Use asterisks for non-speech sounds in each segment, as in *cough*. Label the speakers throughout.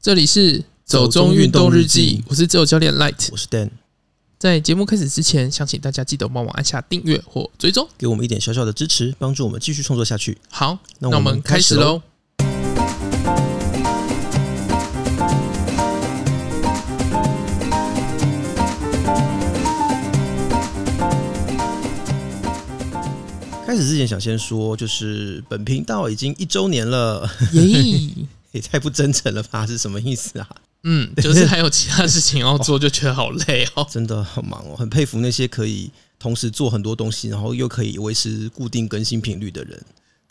Speaker 1: 这里是
Speaker 2: 走中运动日记，
Speaker 1: 我是自由教练 Light。
Speaker 2: 我是 Dan，
Speaker 1: 在节目开始之前，想请大家记得帮我按下订阅或追踪。
Speaker 2: 给我们一点小小的支持，帮助我们继续创作下去。
Speaker 1: 好，
Speaker 2: 那
Speaker 1: 那
Speaker 2: 我
Speaker 1: 我
Speaker 2: 们
Speaker 1: 们开
Speaker 2: 开
Speaker 1: 始
Speaker 2: 始
Speaker 1: 喽
Speaker 2: 喽。开始之前，想先说，就是本频道已经一周年了， *laughs*
Speaker 1: 耶，
Speaker 2: 也太不真诚了吧？是什么意思啊？
Speaker 1: 嗯，就是还有其他事情要做，就觉得好累哦。
Speaker 2: 真的很忙哦，很佩服那些可以同时做很多东西，然后又可以维持固定更新频率的人。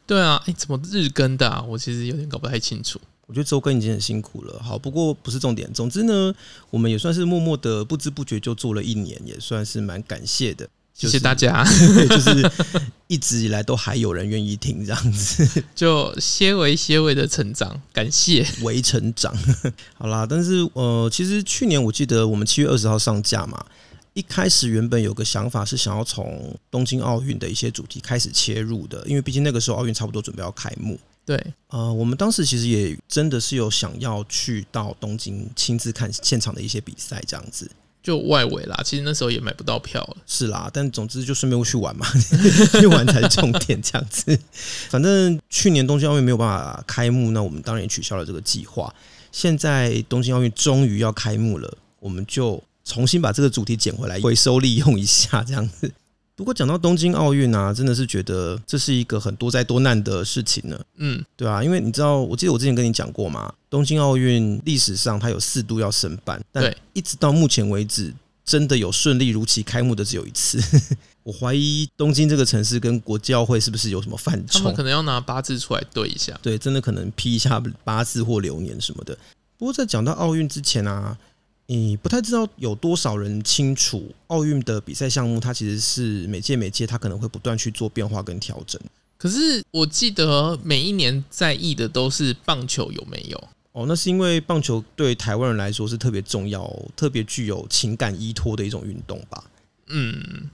Speaker 1: 对啊，哎，怎么日更的、啊？我其实有点搞不太清楚。
Speaker 2: 我觉得周更已经很辛苦了。好，不过不是重点。总之呢，我们也算是默默的不知不觉就做了一年，也算是蛮感谢的。 *laughs*
Speaker 1: 谢
Speaker 2: 就是
Speaker 1: 谢大家， *laughs*
Speaker 2: 对，就是一直以来都还有人愿意听这样子，
Speaker 1: 就些微些微的成长，感谢。
Speaker 2: 为成长。 *laughs* 好啦，但是呃，其实去年我记得我们七月二十号上架嘛，一开始原本有个想法是想要从东京奥运的一些主题开始切入的，因为毕竟那个时候奥运差不多准备要开幕。
Speaker 1: 对，
Speaker 2: 呃，我们当时其实也真的是有想要去到东京亲自看现场的一些比赛，这样子
Speaker 1: 就外围啦，其实那时候也买不到票了。
Speaker 2: 是啦。但总之就顺便去玩嘛， *laughs* 去玩才是重点，这样子。反正去年东京奥运没有办法开幕，那我们当然也取消了这个计划。现在东京奥运终于要开幕了，我们就重新把这个主题捡回来，回收利用一下，这样子。不过讲到东京奥运啊，真的是觉得这是一个很多灾多难的事情呢。
Speaker 1: 嗯，
Speaker 2: 对啊，因为你知道，我记得我之前跟你讲过嘛，东京奥运历史上它有四度要申办，但
Speaker 1: 对
Speaker 2: 一直到目前为止，真的有顺利如期开幕的只有一次。 *laughs* 我怀疑东京这个城市跟国际奥会是不是有什么犯
Speaker 1: 他们
Speaker 2: 冲
Speaker 1: 可？能要拿八字出来对一下。
Speaker 2: 对，真的可能批一下八字或流年什么的。不过在讲到奥运之前啊，你不太知道有多少人清楚奥运的比赛项目，它其实是每届每届它可能会不断去做变化跟调整。
Speaker 1: 可是我记得每一年在意的都是棒球有没有？
Speaker 2: 哦，那是因为棒球对台湾人来说是特别重要、特别具有情感依托的一种运动吧？
Speaker 1: 嗯，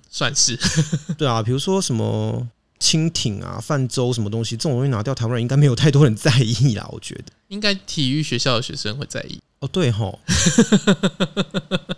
Speaker 1: 算是 *laughs*
Speaker 2: 对啊，比如说什么蜻蜓啊、泛舟什么东西，这种东西拿掉，台湾人应该没有太多人在意啦，我觉得。
Speaker 1: 应该体育学校的学生会在意。
Speaker 2: 哦，对吼，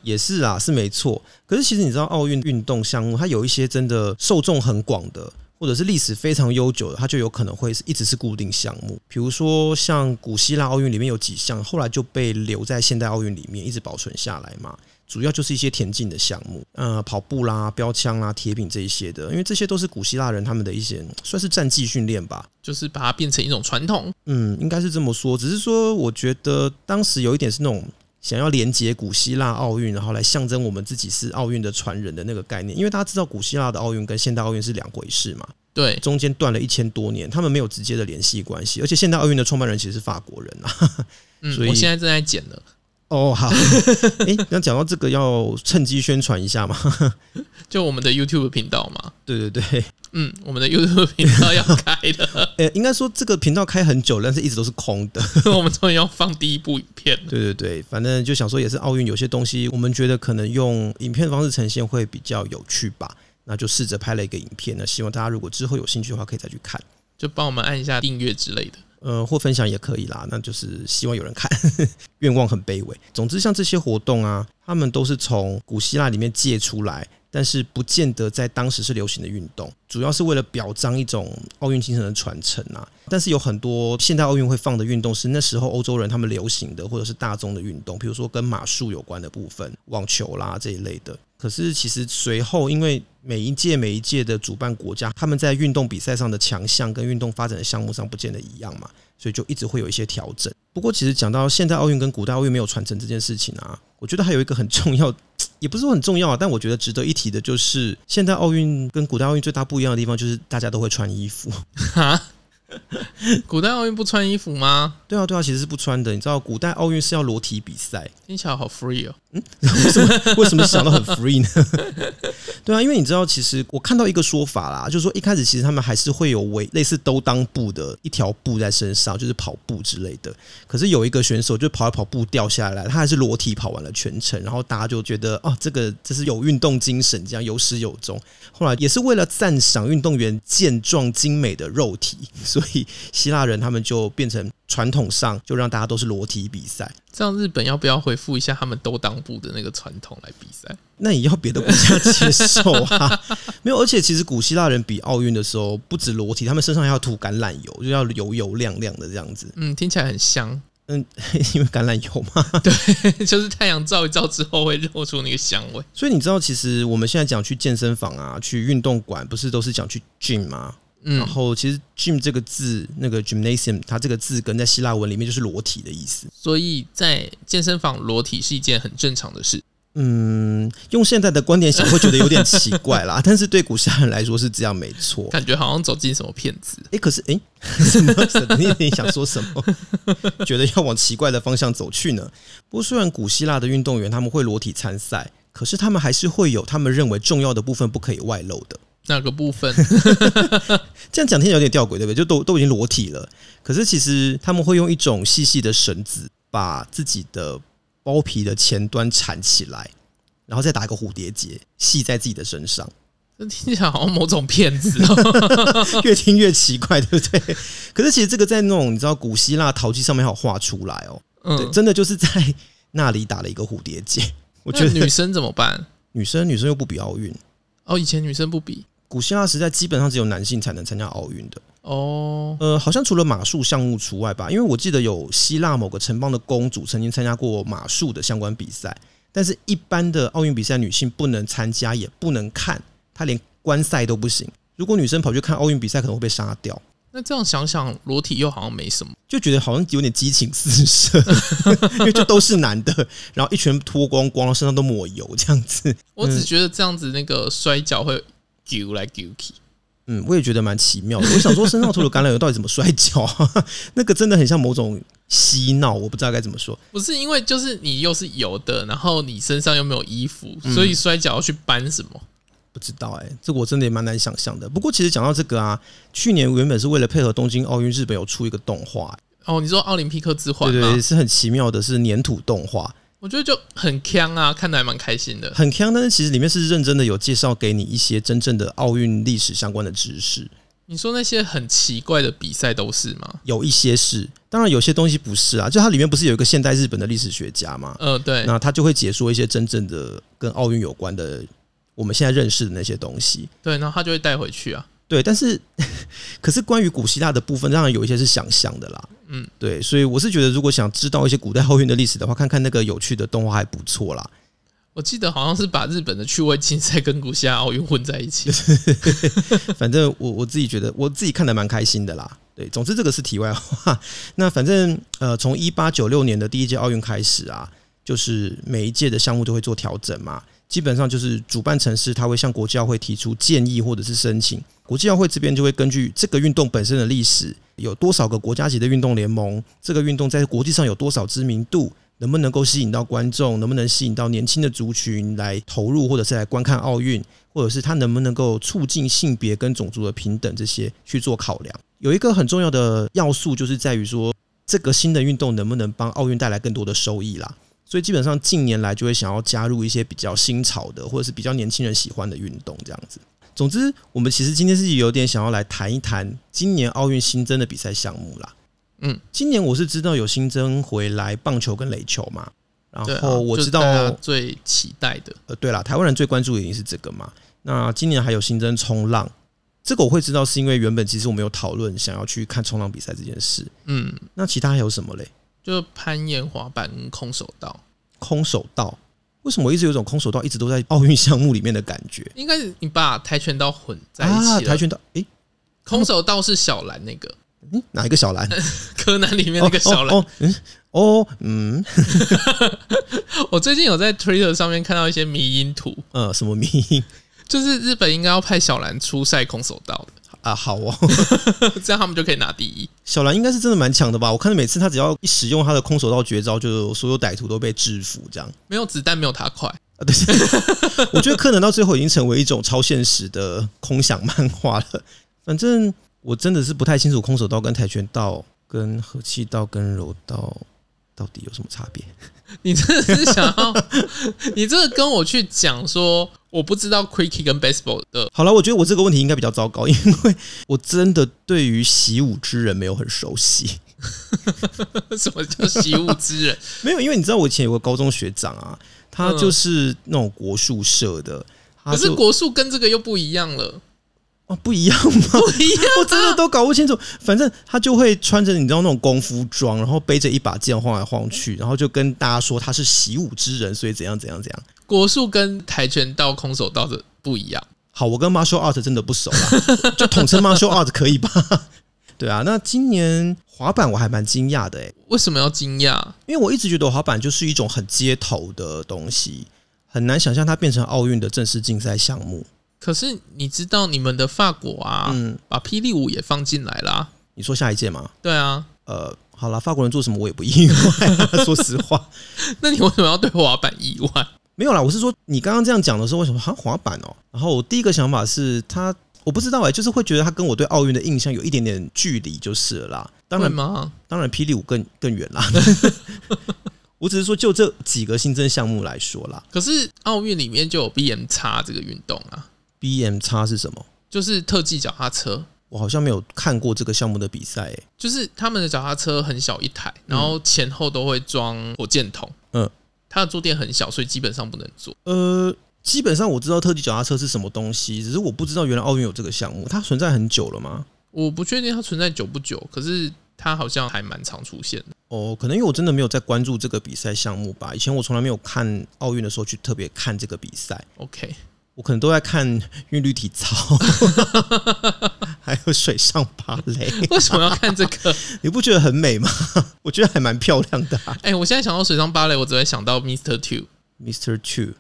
Speaker 2: 也是啊，是没错。可是其实你知道，奥运运动项目它有一些真的受众很广的，或者是历史非常悠久的，它就有可能会是一直是固定项目。比如说像古希腊奥运里面有几项，后来就被留在现代奥运里面一直保存下来嘛。主要就是一些田径的项目，呃，跑步啦、标枪啦、铁饼这一些的，因为这些都是古希腊人他们的一些嗯算是战技训练吧。
Speaker 1: 就是把它变成一种传统，
Speaker 2: 嗯，应该是这么说。只是说，我觉得当时有一点是那种想要连接古希腊奥运，然后来象征我们自己是奥运的传人的那个概念。因为大家知道，古希腊的奥运跟现代奥运是两回事嘛，
Speaker 1: 对，
Speaker 2: 中间断了一千多年，他们没有直接的联系关系。而且现代奥运的创办人其实是法国人啊。
Speaker 1: 嗯，
Speaker 2: 所以
Speaker 1: 我现在正在剪了，
Speaker 2: 哦，好， *laughs* 诶，那讲到这个，要趁机宣传一下嘛。 *laughs*
Speaker 1: 就我们的 YouTube 频道嘛，
Speaker 2: 对对对，
Speaker 1: 嗯，我们的 YouTube 频道要开
Speaker 2: *laughs*
Speaker 1: 了， *laughs*
Speaker 2: 呃，应该说这个频道开很久了，但是一直都是空的。
Speaker 1: 我们终于要放第一部影片了，
Speaker 2: 对对对，反正就想说，也是奥运有些东西，我们觉得可能用影片的方式呈现会比较有趣吧。那就试着拍了一个影片，那希望大家如果之后有兴趣的话，可以再去看，
Speaker 1: 就帮我们按一下订阅之类的。
Speaker 2: 呃，或分享也可以啦。那就是希望有人看， *laughs* 愿望很卑微。总之，像这些活动啊，他们都是从古希腊里面借出来，但是不见得在当时是流行的运动，主要是为了表彰一种奥运精神的传承啊。但是有很多现代奥运会放的运动是那时候欧洲人他们流行的，或者是大众的运动，比如说跟马术有关的部分，网球啦这一类的。可是其实随后，因为每一届每一届的主办国家，他们在运动比赛上的强项跟运动发展的项目上不见得一样嘛，所以就一直会有一些调整。不过其实讲到现代奥运跟古代奥运没有传承这件事情啊，我觉得还有一个很重要。也不是说很重要啊，但我觉得值得一提的就是，现代奥运跟古代奥运最大不一样的地方就是大家都会穿衣服。 *laughs*
Speaker 1: 哈，古代奥运不穿衣服吗？
Speaker 2: 对啊，对啊，其实是不穿的。你知道古代奥运是要裸体比赛，
Speaker 1: 听起来好 free 哦，
Speaker 2: 为什么 *laughs* 为什么想到很 free 呢？ *laughs* 对啊，因为你知道，其实我看到一个说法啦，就是说一开始其实他们还是会有围类似兜裆布的一条布在身上，就是跑步之类的。可是有一个选手就跑一跑步掉下来，他还是裸体跑完了全程，然后大家就觉得哦，这个这是有运动精神，这样有始有终。后来也是为了赞赏运动员健壮精美的肉 *laughs* 体，所以希腊人他们就变成传统上就让大家都是裸体比赛。
Speaker 1: 这像日本要不要回复一下他们兜裆部的那个传统来比赛？
Speaker 2: 那也要别的国家接受啊。 *laughs* 没有，而且其实古希腊人比奥运的时候不止裸体，他们身上还要涂橄榄油，就要油油亮亮的这样子。 *laughs*
Speaker 1: 嗯，听起来很香，
Speaker 2: 嗯，因为橄榄油嘛。
Speaker 1: *laughs* 就是太阳照一照之后会露出那个香味。
Speaker 2: 所以你知道，其实我们现在讲去健身房啊，去运动馆，不是都是讲去 gym 吗？
Speaker 1: 嗯
Speaker 2: 然，后其实 gym 这个字，那个 gymnasium，它这个字根在希腊文里面就是裸体的意思。
Speaker 1: 所以在健身房裸体是一件很正常的事。
Speaker 2: 嗯，用现在的观点想会觉得有点奇怪啦， *laughs* 但是对古希腊人来说是这样没错。
Speaker 1: 感觉好像走进什么骗子。
Speaker 2: 诶，可是诶， *laughs* 什么？什么你你想说什么？觉得要往奇怪的方向走去呢？不过，虽然古希腊的运动员他们会裸体参赛，可是他们还是会有他们认为重要的部分不可以外露的。
Speaker 1: 那个部
Speaker 2: *laughs*
Speaker 1: 分？
Speaker 2: 这样讲听起来有点吊诡，对不对？就都都已经裸体了，可是其实他们会用一种细细的绳子把自己的包皮的前端缠起来，然后再打一个蝴蝶结系在自己的身上。 *laughs*
Speaker 1: 这听起来好像某种骗子哦。
Speaker 2: 越听越奇怪，对不对？可是其实这个在那种你知道古希腊陶器上面还有画出来哦，对，
Speaker 1: 嗯，
Speaker 2: 真的就是在 *laughs* 那里打了一个蝴蝶结。
Speaker 1: 我
Speaker 2: 我觉得
Speaker 1: 女生怎么办？
Speaker 2: 女生女生又不比奥运，
Speaker 1: 哦，以前女生不比
Speaker 2: 古希腊时代基本上只有男性才能参加奥运的。
Speaker 1: 哦。
Speaker 2: 呃，好像除了马术项目除外吧，因为我记得有希腊某个城邦的公主曾经参加过马术的相关比赛，但是一般的奥运比赛女性不能参加，也不能看，她连观赛都不行。如果女生跑去看奥运比赛，可能会被杀掉。
Speaker 1: 那这样想想，裸体又好像没什么。
Speaker 2: 就觉得好像有点激情四射， *laughs* 因为就都是男的，然后一拳脱光光，然后身上都抹油这样子。
Speaker 1: 我只觉得这样子那个摔跤会丢来丢去。
Speaker 2: 嗯，我也觉得蛮奇妙的。我想说，身上涂了橄榄油到底怎么摔跤、 *laughs* 啊？那个真的很像某种嬉闹，我不知道该怎么说。
Speaker 1: 不是因为就是你又是油的，然后你身上又没有衣服，
Speaker 2: 嗯
Speaker 1: 所以摔跤要去搬什么？
Speaker 2: 不知道哎、这个我真的也蛮难想象的。不过其实讲到这个啊，去年原本是为了配合东京奥运，日本有出一个动画、
Speaker 1: 哦，你说奥林匹克之环
Speaker 2: 对对，
Speaker 1: 吗？
Speaker 2: 是很奇妙的，是粘土动画，
Speaker 1: 我觉得就很强啊，看的还蛮开心的。
Speaker 2: 很强，但是其实里面是认真的有介绍给你一些真正的奥运历史相关的知识。
Speaker 1: 你说那些很奇怪的比赛都是吗？
Speaker 2: 有一些是，当然有些东西不是啊。就它里面不是有一个现代日本的历史学家嘛，
Speaker 1: 呃，对，
Speaker 2: 那他就会解说一些真正的跟奥运有关的我们现在认识的那些东西。
Speaker 1: 对，然后他就会带回去啊。
Speaker 2: 对，但是 *laughs* 可是关于古希腊的部分，当然有一些是想象的啦。
Speaker 1: 嗯，
Speaker 2: 对，所以我是觉得，如果想知道一些古代奥运的历史的话，看看那个有趣的动画还不错啦。
Speaker 1: 我记得好像是把日本的趣味竞赛跟古希腊奥运混在一起。
Speaker 2: 反正我我自己觉得，我自己看的蛮开心的啦。对，总之这个是题外话。那反正呃，从一八九六年的第一届奥运开始啊，就是每一届的项目都会做调整嘛。基本上就是主办城市，它会向国际奥会提出建议或者是申请，国际奥会这边就会根据这个运动本身的历史，有多少个国家级的运动联盟，这个运动在国际上有多少知名度，能不能够吸引到观众，能不能吸引到年轻的族群来投入或者是来观看奥运，或者是它能不能够促进性别跟种族的平等这些去做考量。有一个很重要的要素就是在于说，这个新的运动能不能帮奥运带来更多的收益啦。所以基本上近年来就会想要加入一些比较新潮的，或者是比较年轻人喜欢的运动这样子。总之，我们其实今天是有点想要来谈一谈今年奥运新增的比赛项目啦。
Speaker 1: 嗯，
Speaker 2: 今年我是知道有新增回来棒球跟垒球嘛，
Speaker 1: 对
Speaker 2: 然
Speaker 1: 啊，
Speaker 2: 后我
Speaker 1: 就
Speaker 2: 知道、
Speaker 1: 大家最期待的。
Speaker 2: 呃，对啦，台湾人最关注的一定是这个嘛。那今年还有新增冲浪，这个我会知道是因为原本其实我们有讨论想要去看冲浪比赛这件事。
Speaker 1: 嗯，
Speaker 2: 那其他还有什么嘞？
Speaker 1: 就攀岩、滑板、跟空手道，
Speaker 2: 空手道，为什么我一直有一种空手道一直都在奥运项目里面的感觉？
Speaker 1: 应该是你把跆拳道混在一
Speaker 2: 啊，
Speaker 1: 起了。
Speaker 2: 跆拳道，诶，
Speaker 1: 空手道是小兰那个， *laughs*
Speaker 2: 嗯，哪一个小兰？
Speaker 1: 柯南里 *laughs* 面那个小兰。
Speaker 2: 哦，哦嗯，哦，嗯，哦
Speaker 1: 我最近有在 Twitter 上面看到一些迷因图，
Speaker 2: 呃，什么名音
Speaker 1: 就是日本应该要派小兰出赛空手道
Speaker 2: 啊？好哦， *laughs*
Speaker 1: 的， *laughs* 这样他们就可以拿第一。
Speaker 2: 小兰应该是真的蛮强的吧？我看每次他只要一使用他的空手道绝招，就所有歹徒都被制服这样。
Speaker 1: 没有子弹，没有他快。 *laughs*
Speaker 2: 啊，对， *laughs* 我觉得柯南到最后已经成为一种超现实的空想漫画了。反正我真的是不太清楚空手道跟跆拳道、跟和气道、跟柔道到底有什么差别。
Speaker 1: 你真的是想要， *laughs* 你这个跟我去讲说，我不知道 Quickie 跟 Baseball 的， *laughs*
Speaker 2: 好了，我觉得我这个问题应该比较糟糕，因为我真的对于习武之人没有很熟悉。
Speaker 1: 什么叫习武之人？
Speaker 2: 没有，因为你知道我以前有个高中学长啊，他
Speaker 1: 嗯
Speaker 2: 就是那种国术社的， *laughs* 他
Speaker 1: 可是
Speaker 2: 就
Speaker 1: 国术跟这个又不一样了，
Speaker 2: 哦不一样吗？
Speaker 1: 不一样
Speaker 2: *laughs* 我 *laughs* 真的都搞不清楚。反正他就会穿着你知道那种功夫装，然后背着一把剑晃来晃去，然后就跟大家说他是习武之人，所以怎样怎样怎样。
Speaker 1: 国术跟跆拳道、空手道的不一样。
Speaker 2: 好，我跟 martial art 真的不熟啦，就统称 martial art 可以吧？ *laughs* 对啊，那今年滑板我还蛮惊讶的诶、
Speaker 1: 为什么要惊讶？
Speaker 2: 因为我一直觉得滑板就是一种很街头的东西，很难想象它变成奥运的正式竞赛项目。
Speaker 1: 可是你知道你们的法国啊，
Speaker 2: 嗯，
Speaker 1: 把霹雳舞也放进来啦。
Speaker 2: 你说下一届吗？
Speaker 1: 对啊， *laughs*
Speaker 2: 呃，好啦，法国人做什么我也不意外啊、说实话，
Speaker 1: 那你为什么要对滑板意外？
Speaker 2: 没有啦，我是说你刚刚这样讲的时候，我想说哈滑板哦，然后我第一个想法是他，我不知道哎、就是会觉得他跟我对奥运的印象有一点点距离就是了啦。当然
Speaker 1: 会，吗？
Speaker 2: 当然霹雳舞更更远
Speaker 1: *laughs*
Speaker 2: 啦。我只是说就这几个新增项目来说啦
Speaker 1: 可是奥运里面就有 BM 叉这个运动啊，
Speaker 2: ，B M 叉是什么？
Speaker 1: 就是特技脚踏车，
Speaker 2: 我好像没有看过这个项目的比赛、欸，
Speaker 1: 就是他们的脚踏车很小一台，然后前后都会装火箭筒。
Speaker 2: 嗯，
Speaker 1: 它的坐垫很小，所以基本上不能坐。
Speaker 2: 呃，基本上我知道特技脚踏车是什么东西，只是我不知道原来奥运有这个项目，它存在很久了吗？
Speaker 1: 我不确定它存在久不久，可是它好像还蛮常出现的。
Speaker 2: 哦，可能因为我真的没有在关注这个比赛项目吧。以前我从来没有看奥运的时候去特别看这个比赛， *laughs*
Speaker 1: OK，
Speaker 2: 我可能都在看 *laughs* 韵律体操， *laughs* 还有水上芭蕾。
Speaker 1: 为什么要看这个？ *laughs*
Speaker 2: 你不觉得很美吗？ *laughs* 我觉得还蛮漂亮的、啊。
Speaker 1: 哎、我现在想到水上芭蕾，我只会想到 Mr. Two《
Speaker 2: Mr. Chu，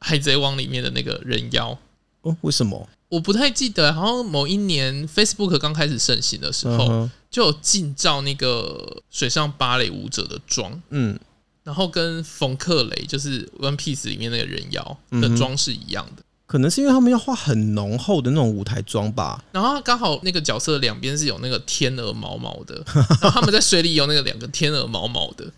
Speaker 1: 海贼王》里面的那个人妖。
Speaker 2: 哦，为什么？
Speaker 1: 我不太记得，好像某一年 Facebook 刚开始盛行的时
Speaker 2: 嗯
Speaker 1: 候，
Speaker 2: 哼
Speaker 1: 就有进照那个水上芭蕾舞者的妆，
Speaker 2: 嗯，
Speaker 1: 然后跟冯克雷就是 One Piece 里面那个人妖的妆是一样的。
Speaker 2: 可能是因为他们要画很浓厚的那种舞台妆吧。
Speaker 1: 然后刚好那个角色两边是有那个天鹅毛毛的， *laughs* 然后他们在水里有那个两个天鹅毛毛的，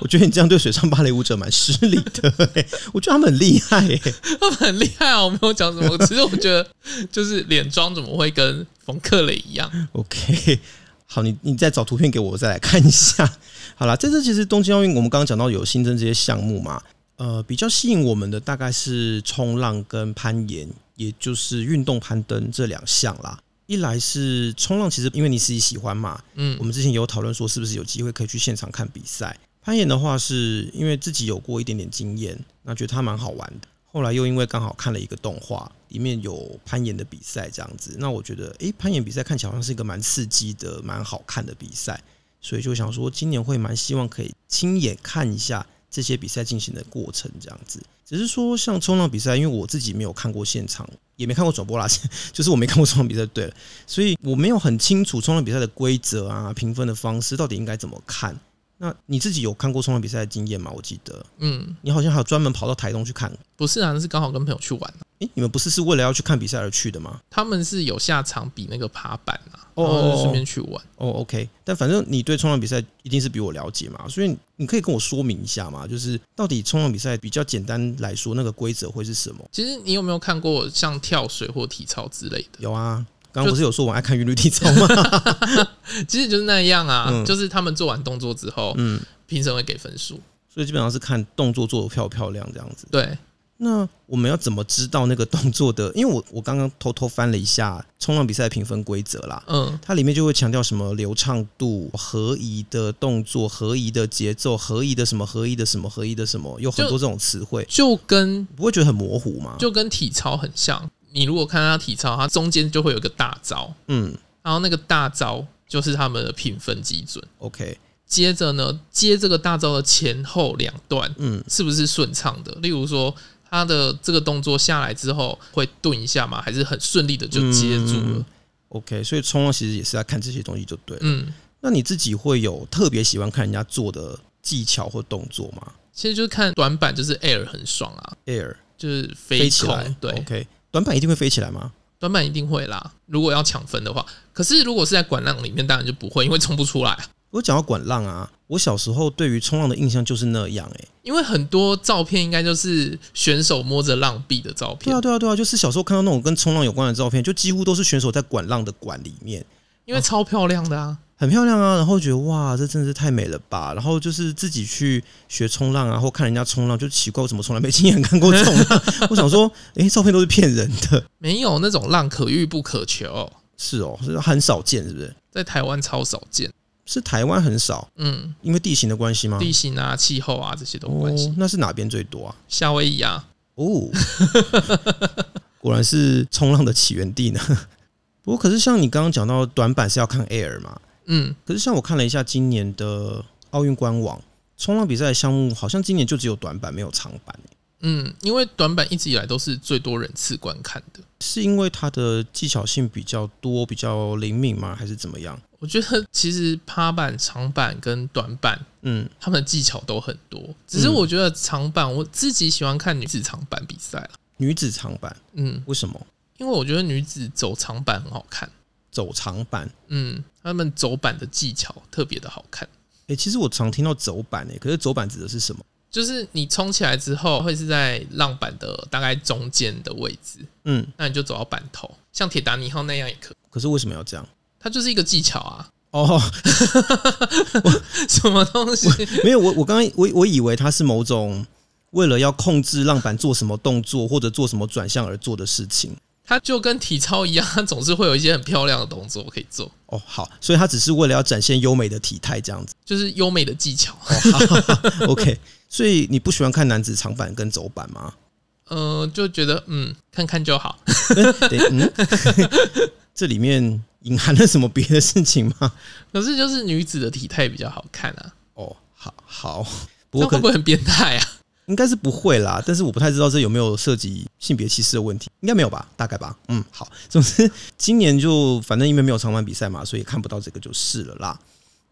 Speaker 2: 我觉得你这样对水上芭蕾舞者蛮失礼的、欸。我觉得他们很厉害、欸。
Speaker 1: 他们很厉害啊！我没有讲什么，只是我觉得 *laughs* 就是脸妆怎么会跟冯克雷一样？
Speaker 2: *laughs* OK，好，你你再找图片给我，我再来看一下。 *laughs* 好啦，这次其实东京奥运我们刚刚讲到有新增这些项目嘛，呃，比较吸引我们的大概是冲浪跟攀岩，也就是运动攀登这两项啦。一来是冲浪，其实因为你自己喜欢嘛，
Speaker 1: 嗯
Speaker 2: 我，们之前有讨论说是不是有机会可以去现场看比赛。攀岩的话，是因为自己有过一点点经验，那觉得它蛮好玩的。后来又因为刚好看了一个动画，里面有攀岩的比赛这样子，那我觉得，诶、攀岩比赛看起来好像是一个蛮刺激的、蛮好看的比赛，所以就想说，今年会蛮希望可以亲眼看一下这些比赛进行的过程这样子。只是说，像冲浪比赛，因为我自己没有看过现场，也没看过转播啦，就是我没看过冲浪比赛，对了。所以我没有很清楚冲浪比赛的规则啊、评分的方式到底应该怎么看。那你自己有看过冲浪比赛的经验吗？我记得
Speaker 1: 嗯，
Speaker 2: 你好像还有专门跑到台东去看。
Speaker 1: 不是啊，那是刚好跟朋友去玩啊、
Speaker 2: 诶，你们不是是为了要去看比赛而去的吗？
Speaker 1: 他们是有下场比那个爬板啊，
Speaker 2: 哦
Speaker 1: 然后就顺便去玩。
Speaker 2: 哦，OK，但反正你对冲浪比赛一定是比我了解嘛，所以你可以跟我说明一下嘛，就是到底冲浪比赛比较简单来说，那个规则会是什么？
Speaker 1: 其实你有没有看过像跳水或体操之类的？
Speaker 2: 有啊，刚刚不是有说我爱看韵律体操吗？ *laughs*
Speaker 1: 其实就是那样啊，
Speaker 2: 嗯
Speaker 1: 就是他们做完动作之后，
Speaker 2: 嗯，
Speaker 1: 评审会给分数。
Speaker 2: 所以基本上是看动作做的漂不漂亮这样子。
Speaker 1: 对，
Speaker 2: 那我们要怎么知道那个动作的？ *laughs* 因为我我刚刚偷偷翻了一下冲浪比赛的评分规则啦，
Speaker 1: 嗯，
Speaker 2: 它里面就会强调什么流畅度、合宜的动作、合宜的节奏、合宜的什么、合宜的什么、合宜的什么，有很多这种词汇，
Speaker 1: 就跟
Speaker 2: 不会觉得很模糊吗？
Speaker 1: 就跟体操很像。你如果看他体操，它中间就会有一个大招，
Speaker 2: 嗯
Speaker 1: 然后那个大招就是他们的评分基准。
Speaker 2: ，OK，
Speaker 1: 接着呢，接这个大招的前后两段
Speaker 2: 嗯
Speaker 1: 是不是顺畅的？例如说，他的这个动作下来之后会顿一下吗？还是很顺利的就接住
Speaker 2: 嗯
Speaker 1: 了？
Speaker 2: ，OK，所以冲浪其实也是在看这些东西就对了。
Speaker 1: 嗯
Speaker 2: 那你自己会有特别喜欢看人家做的技巧或动作吗
Speaker 1: 其实就是看短板，就是 air 很爽啊，
Speaker 2: ？Air
Speaker 1: 就是
Speaker 2: 飞
Speaker 1: 飞
Speaker 2: 起来
Speaker 1: 空，，对，
Speaker 2: ，OK，短板一定会飞起来吗？
Speaker 1: 短板一定会啦。如果要抢分的话，可是如果是在管浪里面，当然就不会，因为冲不出来啊。
Speaker 2: 我讲到管浪啊，我小时候对于冲浪的印象就是那样、欸，哎，
Speaker 1: 因为很多照片应该就是选手摸着浪壁的照
Speaker 2: 对
Speaker 1: 片
Speaker 2: 啊，，对啊，对啊，就是小时候看到那种跟冲浪有关的照片，就几乎都是选手在管浪的管里面，
Speaker 1: 因为超漂亮的啊。
Speaker 2: 很漂亮啊，然后觉得哇，这真的是太美了吧。然后就是自己去学冲浪啊，或看人家冲浪，就奇怪，我怎么从来没亲眼看过冲浪？ *laughs* 我想说，诶，照片都是骗人的，
Speaker 1: 没有那种浪可遇不可求，
Speaker 2: 是哦，是很少见，是不是？
Speaker 1: 在台湾超少见。
Speaker 2: 是台湾很少，
Speaker 1: 嗯，
Speaker 2: 因为地形的关系吗？
Speaker 1: 地形啊、气候啊这些都有关系。
Speaker 2: 哦，那是哪边最多啊？
Speaker 1: 夏威夷啊，
Speaker 2: 哦， *laughs* 果然是冲浪的起源地呢。 *laughs* 不过，可是像你刚刚讲到短板是要看 Air 嘛？
Speaker 1: 嗯，
Speaker 2: 可是像我看了一下今年的奥运官网，冲浪比赛的项目好像今年就只有短板，没有长板、欸
Speaker 1: 嗯，因为短板一直以来都是最多人次观看的。
Speaker 2: 是因为它的技巧性比较多、比较灵敏吗？还是怎么样？
Speaker 1: 我觉得其实趴板、长板跟短板，
Speaker 2: 嗯，
Speaker 1: 他们的技巧都很多。只是我觉得长板，我自己喜欢看女子长板比赛啦
Speaker 2: 女子长板
Speaker 1: 嗯，
Speaker 2: 为什么
Speaker 1: 因为我觉得女子走长板很好看。
Speaker 2: 走长板？
Speaker 1: 嗯，他们走板的技巧特别的好看，
Speaker 2: 诶、其实我常听到走板诶、可是走板指的是什么？
Speaker 1: 就是你冲起来之后会是在浪板的大概中间的位置，
Speaker 2: 嗯，
Speaker 1: 那你就走到板头，像铁达尼号那样也可以。
Speaker 2: 可是为什么要这样？
Speaker 1: 它就是一个技巧啊， *laughs*
Speaker 2: 哦，
Speaker 1: 什么东西？
Speaker 2: *laughs* 没有，我我刚刚我我以为它是某种为了要控制浪板做什么动作或者做什么转向而做的事情。
Speaker 1: 它就跟体操一样，它总是会有一些很漂亮的动作可以做，
Speaker 2: 哦，好，所以它只是为了要展现优美的体态这样子。
Speaker 1: 就是优美的技巧。
Speaker 2: 哦、好好好 OK，所 *laughs* 以你不喜欢看男子长板跟走板吗？
Speaker 1: 嗯、就觉得嗯，看看就好。
Speaker 2: 对，嗯， *laughs* 这里面隐含了什么别的事情吗？
Speaker 1: 可是就是女子的体态比较好看啊，
Speaker 2: 哦，好好，
Speaker 1: 这
Speaker 2: 不过
Speaker 1: 样会
Speaker 2: 可
Speaker 1: 不会很变态啊？
Speaker 2: 应该是不会啦，但是我不太知道这有没有涉及性别歧视的问题，应该没有吧？大概吧。嗯，好， *laughs* 总之今年就反正因为没有长板比赛嘛，所以看不到这个就是了啦。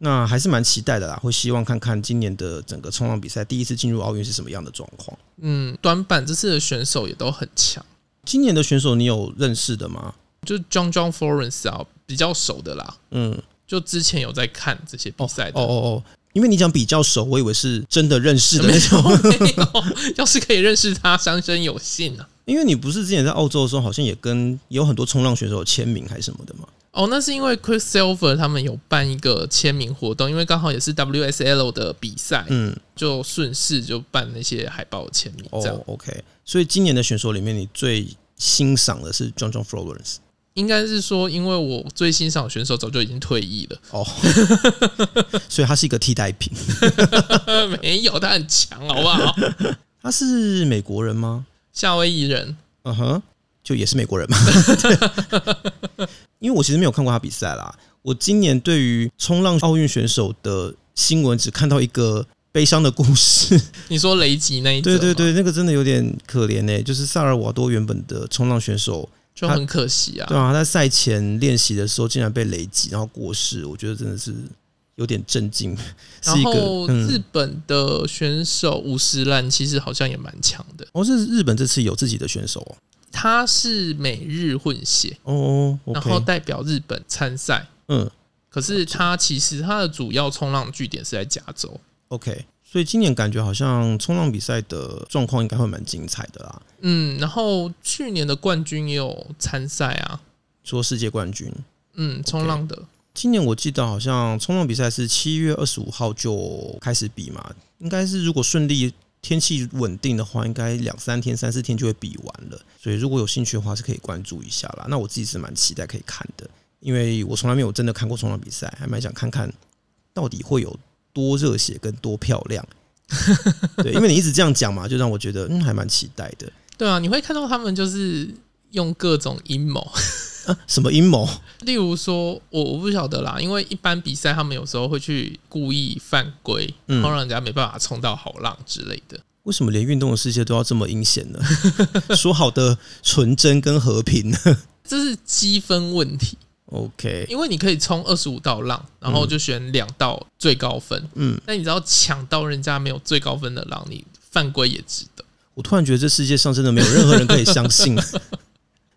Speaker 2: 那还是蛮期待的啦，会希望看看今年的整个冲浪比赛第一次进入奥运是什么样的状况。
Speaker 1: 嗯，短板这次的选手也都很强，
Speaker 2: 今年的选手你有认识的吗？
Speaker 1: 就 John John Florence 啊，比较熟的啦。
Speaker 2: 嗯，
Speaker 1: 就之前有在看这些比赛的，
Speaker 2: 哦哦哦，因为你讲比较熟，我以为是真的认识的那种。
Speaker 1: 没
Speaker 2: 哦
Speaker 1: 有， *laughs* 要是可以认识他，三生有幸啊。
Speaker 2: *laughs* 因为你不是之前在澳洲的时候，好像也跟也有很多冲浪选手有签名还是什么的嘛？
Speaker 1: 哦，那是因为 Chris Silver 他们有办一个签名活动，因为刚好也是 WSL 的比赛，
Speaker 2: 嗯，
Speaker 1: 就顺势就办那些海报签名这样。
Speaker 2: 哦，OK。所以今年的选手里面，你最欣赏的是 John John Florence。
Speaker 1: 应该是说，因为我最欣赏的选手早就已经退役
Speaker 2: 哦， *laughs* 所以他是一个替代品。
Speaker 1: 了， *laughs* 没有他很强，好不好？
Speaker 2: 他是美国人吗？
Speaker 1: 夏威夷人，
Speaker 2: 嗯哼，就也是美国人嘛。对， *laughs* 因为我其实没有看过他比赛啦。我今年对于冲浪奥运选手的新闻只看到一个悲伤的故事。
Speaker 1: 你说雷吉那一则
Speaker 2: 对对
Speaker 1: 吗，
Speaker 2: 对，那个真的有点可怜呢、就是萨尔瓦多原本的冲浪选手，
Speaker 1: 就很可惜啊。
Speaker 2: 对啊，他在赛前练习的时候竟然被雷击，然后过世，我觉得真的是有点震惊，是
Speaker 1: 然
Speaker 2: 一个
Speaker 1: 后
Speaker 2: 嗯，
Speaker 1: 日本的选手五十岚其实好像也蛮强的，
Speaker 2: 哦，是日本这次有自己的选手哦，
Speaker 1: 他是美日混血，
Speaker 2: 哦哦
Speaker 1: 然后
Speaker 2: ，OK，
Speaker 1: 代表日本参赛。
Speaker 2: 嗯
Speaker 1: 可是他其实他的主要冲浪据点是在加州，
Speaker 2: ，OK，所以今年感觉好像冲浪比赛的状况应该会蛮精彩的啦，
Speaker 1: 嗯，然后去年的冠军也有参赛啊，
Speaker 2: 说世界冠军。
Speaker 1: 嗯，冲浪的，
Speaker 2: 今年我记得好像冲浪比赛是七月二十五号就开始比嘛，应该是如果顺利天气稳定的话，应该两三天、三四天就会比完了。所以如果有兴趣的话，是可以关注一下啦。那我自己是蛮期待可以看的，因为我从来没有真的看过冲浪比赛，还蛮想看看到底会有多热血跟多漂亮。对，因为你一直这样讲嘛，就让我觉得嗯，还蛮期待的。
Speaker 1: 对啊，你会看到他们就是用各种阴谋，
Speaker 2: 啊，什么阴谋？
Speaker 1: 例如说，我我不晓得啦，因为一般比赛他们有时候会去故意犯规，然
Speaker 2: 嗯
Speaker 1: 后让人家没办法冲到好浪之类的。
Speaker 2: 为什么连运动的世界都要这么阴险呢？ *laughs* 说好的纯真跟和平呢 *laughs*
Speaker 1: 这是积分问题，
Speaker 2: ？OK，
Speaker 1: 因为你可以冲二十五道浪，然后就选两道最高分。
Speaker 2: 嗯，
Speaker 1: 那你知道抢到人家没有最高分的狼，你犯规也值得。
Speaker 2: 我突然觉得这世界上真的没有任何人可以相信， *laughs*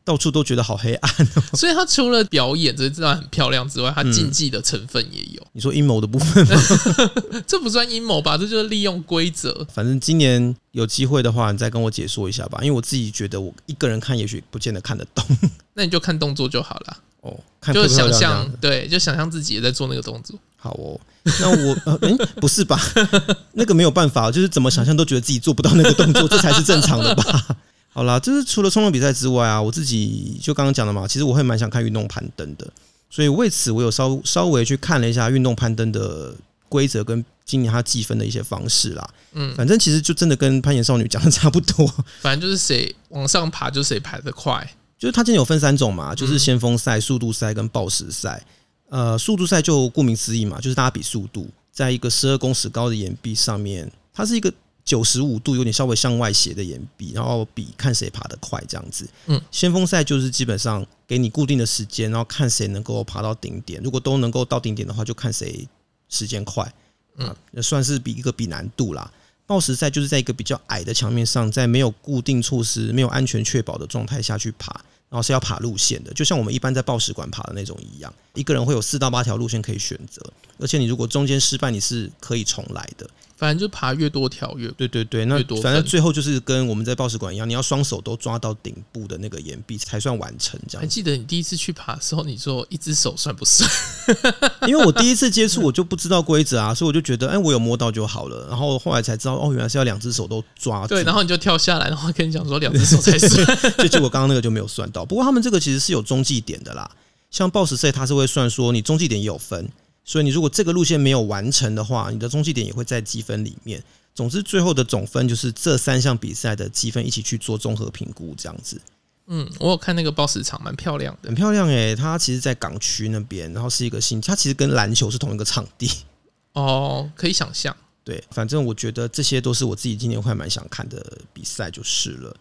Speaker 2: 到处都觉得好黑暗。
Speaker 1: 所以他除了表演这自然很漂亮之外，他竞技的成分也有。
Speaker 2: 你说阴谋的部分吗？
Speaker 1: 这不算阴谋吧？这就是利用规则。
Speaker 2: 反正今年有机会的话，你再跟我解说一下吧，因为我自己觉得我一个人看也许不见得看得懂。
Speaker 1: 那你就看动作就好了。
Speaker 2: 哦，看
Speaker 1: 就
Speaker 2: 漂漂
Speaker 1: 想
Speaker 2: 亮
Speaker 1: 象
Speaker 2: 亮的。
Speaker 1: 对，就想象自己也在做那个动作。
Speaker 2: 好哦，那我 *laughs* 呃，嗯，不是吧？ *laughs* 那个没有办法，就是怎么想象都觉得自己做不到那个动作，这才是正常的吧？ *laughs* 好啦，就是除了冲浪比赛之外啊，我自己就刚刚讲的嘛，其实我会蛮想看运动攀登的，所以为此我有稍稍微去看了一下运动攀登的规则跟今年它计分的一些方式啦。
Speaker 1: 嗯，
Speaker 2: 反正其实就真的跟攀岩少女讲的差不多，
Speaker 1: 反正就是谁往上爬就谁爬得快。
Speaker 2: 就是它今天有分三种嘛，就是先锋赛、速度赛跟暴食赛。呃，速度赛就顾名思义嘛，就是大家比速度，在一个十二公尺高的岩壁上面，它是一个九十五度有点稍微向外斜的岩壁，然后比看谁爬得快这样子。
Speaker 1: 嗯，
Speaker 2: 先锋赛就是基本上给你固定的时间，然后看谁能够爬到顶点，如果都能够到顶点的话，就看谁时间快。啊，算是比一个比难度啦。暴食赛就是在一个比较矮的墙面上，在没有固定措施、没有安全确保的状态下去爬，然后是要爬路线的，就像我们一般在报时馆爬的那种一样，一个人会有四到八条路线可以选择，而且你如果中间失败，你是可以重来的。
Speaker 1: 反正就爬越多条越
Speaker 2: 对对对，那
Speaker 1: 最多分
Speaker 2: 反正最后就是跟我们在报时馆一样，你要双手都抓到顶部的那个岩壁才算完成这
Speaker 1: 还
Speaker 2: 样。
Speaker 1: 记得你第一次去爬的时候，你说一只手算不算？
Speaker 2: 因为我第一次接触，我就不知道规则啊，所以我就觉得，哎，我有摸到就好了。然后后来才知道，哦，原来是要两只手都抓住。
Speaker 1: 对，然后你就跳下来，然后跟你讲说两只手才算。
Speaker 2: 所以结果刚刚那个就没有算到。不过他们这个其实是有中继点的啦，像 BOSS 赛它是会算说你中继点也有分，所以你如果这个路线没有完成的话，你的中继点也会在积分里面。总之，最后的总分就是这三项比赛的积分一起去做综合评估，这样子
Speaker 1: 嗯，我有看那个报时场，蛮漂亮的。
Speaker 2: 很漂亮诶、它其实，在港区那边，然后是一个新，它其实跟篮球是同一个场地。
Speaker 1: 哦，可以想象。
Speaker 2: 对，反正我觉得这些都是我自己今年会蛮想看的比赛就是了。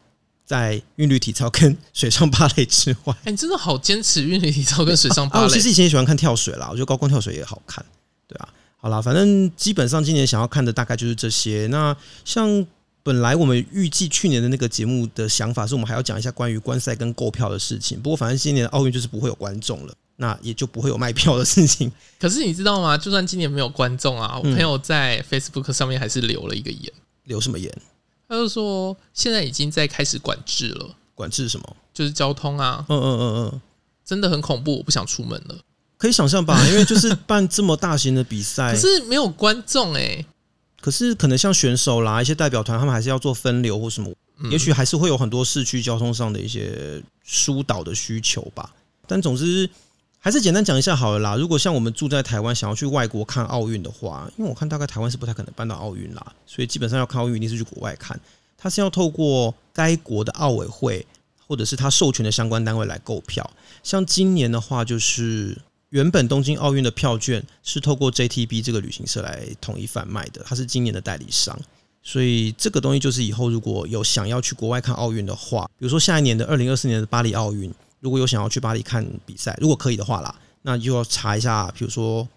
Speaker 2: 在韵律体操跟水上芭蕾之外，
Speaker 1: 哎、你真的好坚持运动体操跟水上
Speaker 2: 啊，
Speaker 1: 芭
Speaker 2: 我
Speaker 1: 蕾
Speaker 2: 其。实以前也喜欢看跳水啦，我觉得高空跳水也好看，对啊。好啦，反正基本上今年想要看的大概就是这些。那像本来我们预计去年的那个节目的想法是，我们还要讲一下关于观赛跟购票的事情。不过反正今年的奥运就是不会有观众了，那也就不会有卖票的事情。 *laughs*
Speaker 1: 可是你知道吗？就算今年没有观众啊，我朋友在 Facebook 上面还是留了一个言，
Speaker 2: 留什么言？
Speaker 1: 他就说现在已经在开始管制了，
Speaker 2: 管制什么？
Speaker 1: 就是交通啊，
Speaker 2: 嗯嗯嗯嗯，
Speaker 1: 真的很恐怖，我不想出门了。
Speaker 2: 可以想象吧，因为就是办这么大型的比
Speaker 1: *laughs*
Speaker 2: 赛
Speaker 1: 可，是没有观众哎、
Speaker 2: 可是可能像选手啦，一些代表团，他们还是要做分流或什么，也许还是会有很多市区交通上的一些疏导的需求吧。但总之，还是简单讲一下好了啦。如果像我们住在台湾，想要去外国看奥运的话，因为我看大概台湾是不太可能办到奥运啦，所以基本上要看奥运一定是去国外看，它是要透过该国的奥委会或者是它授权的相关单位来购票。像今年的话，就是原本东京奥运的票券是透过 JTB 这个旅行社来统一贩卖的，它是今年的代理商。所以这个东西就是以后如果有想要去国外看奥运的话，比如说下一年的二零二四年的巴黎奥运，如果有想要去巴黎看比赛，如果可以的话啦，那就要查一下，比如说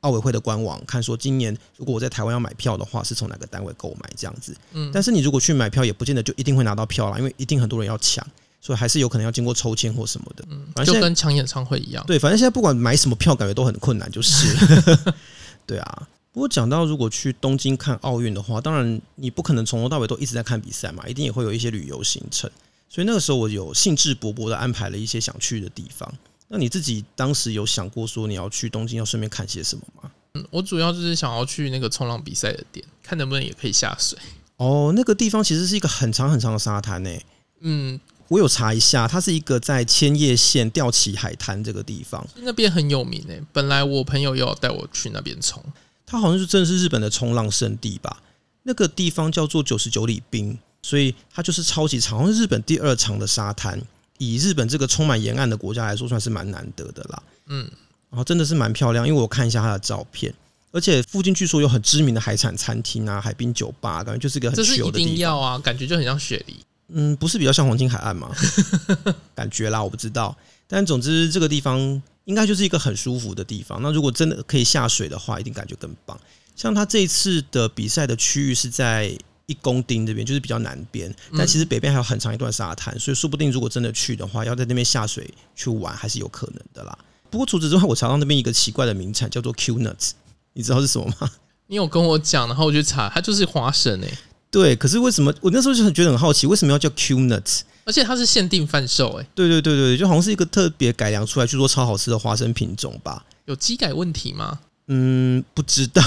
Speaker 2: 奥委会的官网，看说今年如果我在台湾要买票的话，是从哪个单位购买这样子。
Speaker 1: 嗯
Speaker 2: 但是你如果去买票，也不见得就一定会拿到票啦，因为一定很多人要抢，所以还是有可能要经过抽签或什么的。嗯，反
Speaker 1: 就
Speaker 2: 正现在
Speaker 1: 跟抢演唱会一样。
Speaker 2: 对，反正现在不管买什么票，感觉都很困难，就是了。 *laughs* 对啊。不过讲到如果去东京看奥运的话，当然你不可能从头到尾都一直在看比赛嘛，一定也会有一些旅游行程。所以那个时候我有兴致勃勃的安排了一些想去的地方。那你自己当时有想过说你要去东京要顺便看些什么吗？
Speaker 1: 嗯我主要就是想要去那个冲浪比赛的点，看能不能也可以下水。
Speaker 2: 哦，那个地方其实是一个很长很长的沙滩诶、欸
Speaker 1: 嗯，
Speaker 2: 我有查一下，它是一个在千叶县吊旗海滩这个地方，
Speaker 1: 那边很有名诶、本来我朋友也有带我去那边冲，
Speaker 2: 它好像是真的是日本的冲浪圣地吧？那个地方叫做九十九里滨，所以它就是超级长，好像是日本第二长的沙滩。以日本这个充满沿岸的国家来说，算是蛮难得的啦。
Speaker 1: 嗯，
Speaker 2: 然后真的是蛮漂亮，因为我看一下它的照片，而且附近据说有很知名的海产餐厅啊、海滨酒吧，感觉就是一个很
Speaker 1: 这是
Speaker 2: chill
Speaker 1: 一
Speaker 2: 的地
Speaker 1: 定
Speaker 2: 方。
Speaker 1: 要啊，感觉就很像雪梨。
Speaker 2: 嗯，不是比较像黄金海岸 *laughs* 吗？感觉啦，我不知道。但总之，这个地方应该就是一个很舒服的地方。那如果真的可以下水的话，一定感觉更棒。像他这一次的比赛的区域是在一公町这边，就是比较南边，但其实北边还有很长一段沙滩，所以说不定如果真的去的话，要在那边下水去玩还是有可能的啦。不过除此之外，我查到那边一个奇怪的名产叫做 Q nuts，你知道是什么吗？
Speaker 1: 你有跟我讲，然后我去查，它就是花生诶、
Speaker 2: 对，可是为什么我那时候就很觉得很好奇，为什么要叫 Q nuts？
Speaker 1: 而且它是限定贩售、欸，哎，
Speaker 2: 对对对对，就好像是一个特别改良出来，据说超好吃的花生品种吧。
Speaker 1: 有机改问题吗？
Speaker 2: 嗯，不知道，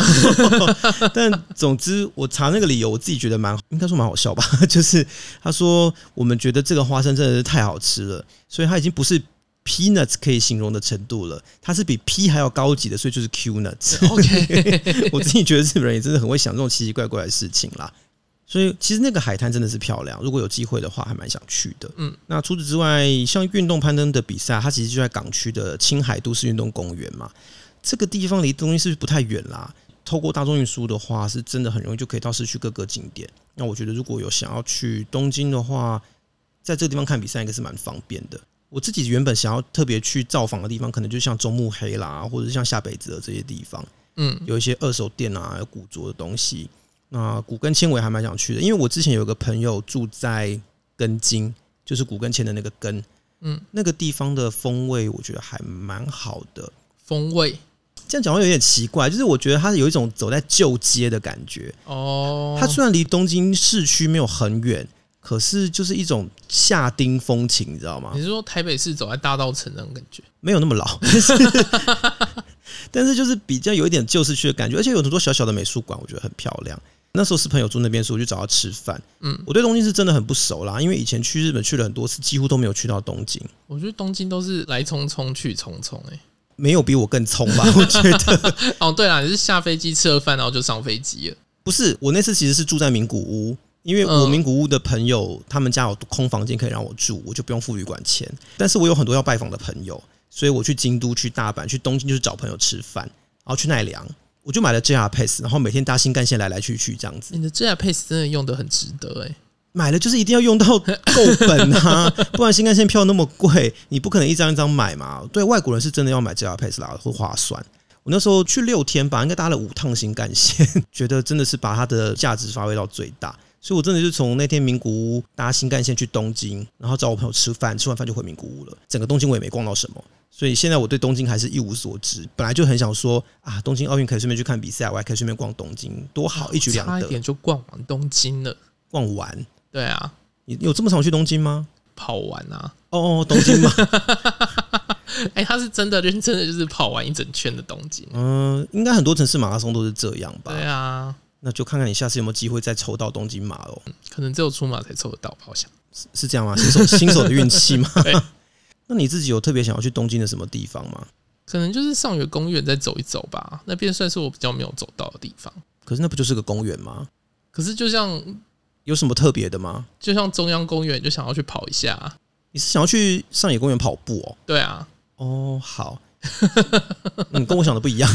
Speaker 2: *laughs* 但总之我查那个理由，我自己觉得蛮，应该说蛮好笑吧。 *laughs* 就是他说，我们觉得这个花生真的是太好吃了，所以它已经不是 peanuts 可以形容的程度了，它是比 p 还要高级的，所以就是 q nuts。
Speaker 1: OK，
Speaker 2: *laughs* 我自己觉得日本人也真的很会想这种奇奇怪怪的事情啦。所以其实那个海滩真的是漂亮，如果有机会的话，还蛮想去的。
Speaker 1: 嗯
Speaker 2: 嗯，那除此之外，像运动攀登的比赛，它其实就在港区的青海都市运动公园嘛。这个地方离东京市区不太远啦，透过大众运输的话，是真的很容易就可以到市区各个景点。那我觉得如果有想要去东京的话，在这个地方看比赛应该是蛮方便的。我自己原本想要特别去造访的地方，可能就像中目黑啦，或者是像下北泽这些地方。
Speaker 1: 嗯，
Speaker 2: 有一些二手店啊，有古着的东西。那古根纤维还蛮想去的，因为我之前有个朋友住在根津，就是古根纤的那个根，
Speaker 1: 嗯，
Speaker 2: 那个地方的风味我觉得还蛮好的。
Speaker 1: 风味
Speaker 2: 这样讲会有点奇怪，就是我觉得它有一种走在旧街的感觉。
Speaker 1: 哦，
Speaker 2: 它虽然离东京市区没有很远，可是就是一种夏町风情，你知道吗？
Speaker 1: 你是说台北市走在大道城那种感觉？
Speaker 2: 没有那么老， *laughs* 但是但是就是比较有一点旧市区的感觉，而且有很多小小的美术馆，我觉得很漂亮。那时候是朋友住那边，所以我去找他吃饭。
Speaker 1: 嗯
Speaker 2: 嗯，我对东京是真的很不熟啦，因为以前去日本去了很多次，几乎都没有去到东京，
Speaker 1: 我觉得东京都是来匆匆去匆匆、欸，
Speaker 2: 没有比我更冲吧？ *laughs* 我觉得
Speaker 1: 哦，对了，你是下飞机吃了饭，然后就上飞机了。
Speaker 2: 不是，我那次其实是住在名古屋，因为我
Speaker 1: 嗯
Speaker 2: 名古屋的朋友他们家有空房间可以让我住，我就不用付旅馆钱。但是我有很多要拜访的朋友，所以我去京都、去大阪、去东京就是找朋友吃饭，然后去奈良，我就买了 JR Pass，然后每天搭新干线来来去去这样子。
Speaker 1: 你的 JR Pace 真的用的很值得、欸，哎，
Speaker 2: 买了就是一定要用到够本啊， *laughs* 不然新干线票那么贵，你不可能一张一张买嘛。对外国人是真的要买 JR Pass 啦，会划算。啊我那时候去六天吧，应该搭了五趟新干线， *laughs* 觉得真的是把它的价值发挥到最大。所以我真的就从那天名古屋搭新干线去东京，然后找我朋友吃饭，吃完饭就回名古屋了。整个东京我也没逛到什么，所以现在我对东京还是一无所知。本来就很想说啊，东京奥运可以顺便去看比赛，我还可以顺便逛东京，多好，一举
Speaker 1: 差
Speaker 2: 两
Speaker 1: 一
Speaker 2: 得。
Speaker 1: 点就逛完东京了。
Speaker 2: 逛完，
Speaker 1: 对啊，
Speaker 2: 你有这么常去东京吗？
Speaker 1: 跑完啊，
Speaker 2: 哦，东京嘛，
Speaker 1: 哎、他是真的认真的，就是跑完一整圈的东京。
Speaker 2: *laughs* 嗯，应该很多城市马拉松都是这样吧
Speaker 1: 对？啊，
Speaker 2: 那就看看你下次有没有机会再抽到东京马喽，
Speaker 1: 可能只有出马才抽得到吧，我想。
Speaker 2: 是是这样吗？新手新手的运气吗
Speaker 1: 对？
Speaker 2: *laughs* 那你自己有特别想要去东京的什么地方吗？
Speaker 1: 可能就是上野公园再走一走吧，那边算是我比较没有走到的地方。
Speaker 2: 可是那不就是个公园吗？
Speaker 1: 可是就像
Speaker 2: 有什么特别的吗？
Speaker 1: 就像中央公园，就想要去跑一下。啊
Speaker 2: 你是想要去上野公园跑步哦？
Speaker 1: 对
Speaker 2: *laughs*
Speaker 1: 啊，
Speaker 2: 哦，好，嗯，跟我想的不一样。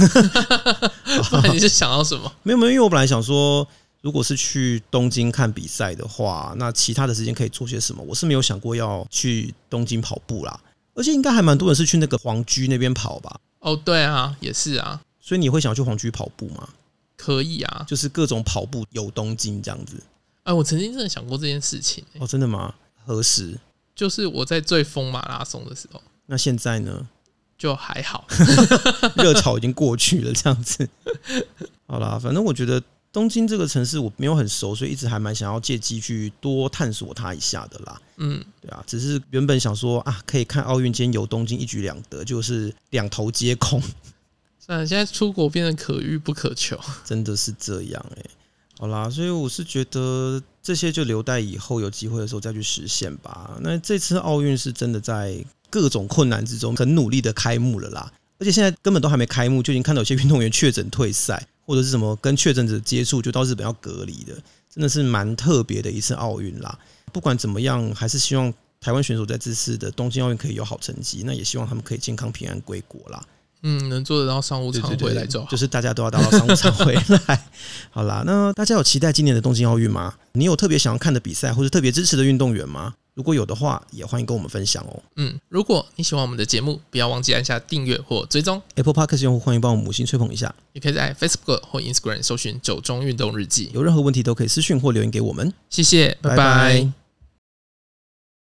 Speaker 1: 不然你是想要什么？
Speaker 2: 没有没有，因为我本来想说，如果是去东京看比赛的话，那其他的时间可以做些什么？我是没有想过要去东京跑步啦，而且应该还蛮多人是去那个皇居那边跑吧。
Speaker 1: 哦，对啊，也是啊，
Speaker 2: 所以你会想要去皇居跑步吗？
Speaker 1: 可以啊。
Speaker 2: 就是各种跑步游东京这样子？
Speaker 1: 哎，我曾经真的想过这件事情、欸
Speaker 2: 哦，真的吗？何时？
Speaker 1: 就是我在最疯马拉松的时候
Speaker 2: 那现在呢？ *laughs*
Speaker 1: 就还好，
Speaker 2: 热潮已经过去了，这样子。好啦，反正我觉得东京这个城市我没有很熟，所以一直还蛮想要借机去多探索它一下的啦。
Speaker 1: 嗯，
Speaker 2: 对啊，只是原本想说啊，可以看奥运间游东京一举两得，就是两头皆空，
Speaker 1: 算了，现在出国变得可遇不可求。
Speaker 2: 真的是这样哎、好啦，所以我是觉得这些就留待以后有机会的时候再去实现吧。那这次奥运是真的在各种困难之中很努力的开幕了啦，而且现在根本都还没开幕，就已经看到有些运动员确诊退赛，或者是什么跟确诊者接触就到日本要隔离的，真的是蛮特别的一次奥运啦。不管怎么样，还是希望台湾选手在这次的东京奥运可以有好成绩，那也希望他们可以健康平安归国啦。
Speaker 1: 嗯，能做得到商务舱
Speaker 2: 对对对
Speaker 1: 回来就好。
Speaker 2: 就是大家都要达到商务舱回来。好啦，那大家有期待今年的东京奥运吗？你有特别想要看的比赛，或是特别支持的运动员吗？如果有的话，也欢迎跟我们分享哦。
Speaker 1: 嗯，如果你喜欢我们的节目，不要忘记按下订阅或追踪，
Speaker 2: Apple Podcast 用户欢迎帮我们五星吹捧一下，
Speaker 1: 也可以在 Facebook 或 Instagram 搜寻“九中运动日记
Speaker 2: 有任何问题都可以私讯或留言给我们。”。
Speaker 1: 谢谢，拜拜
Speaker 2: 拜拜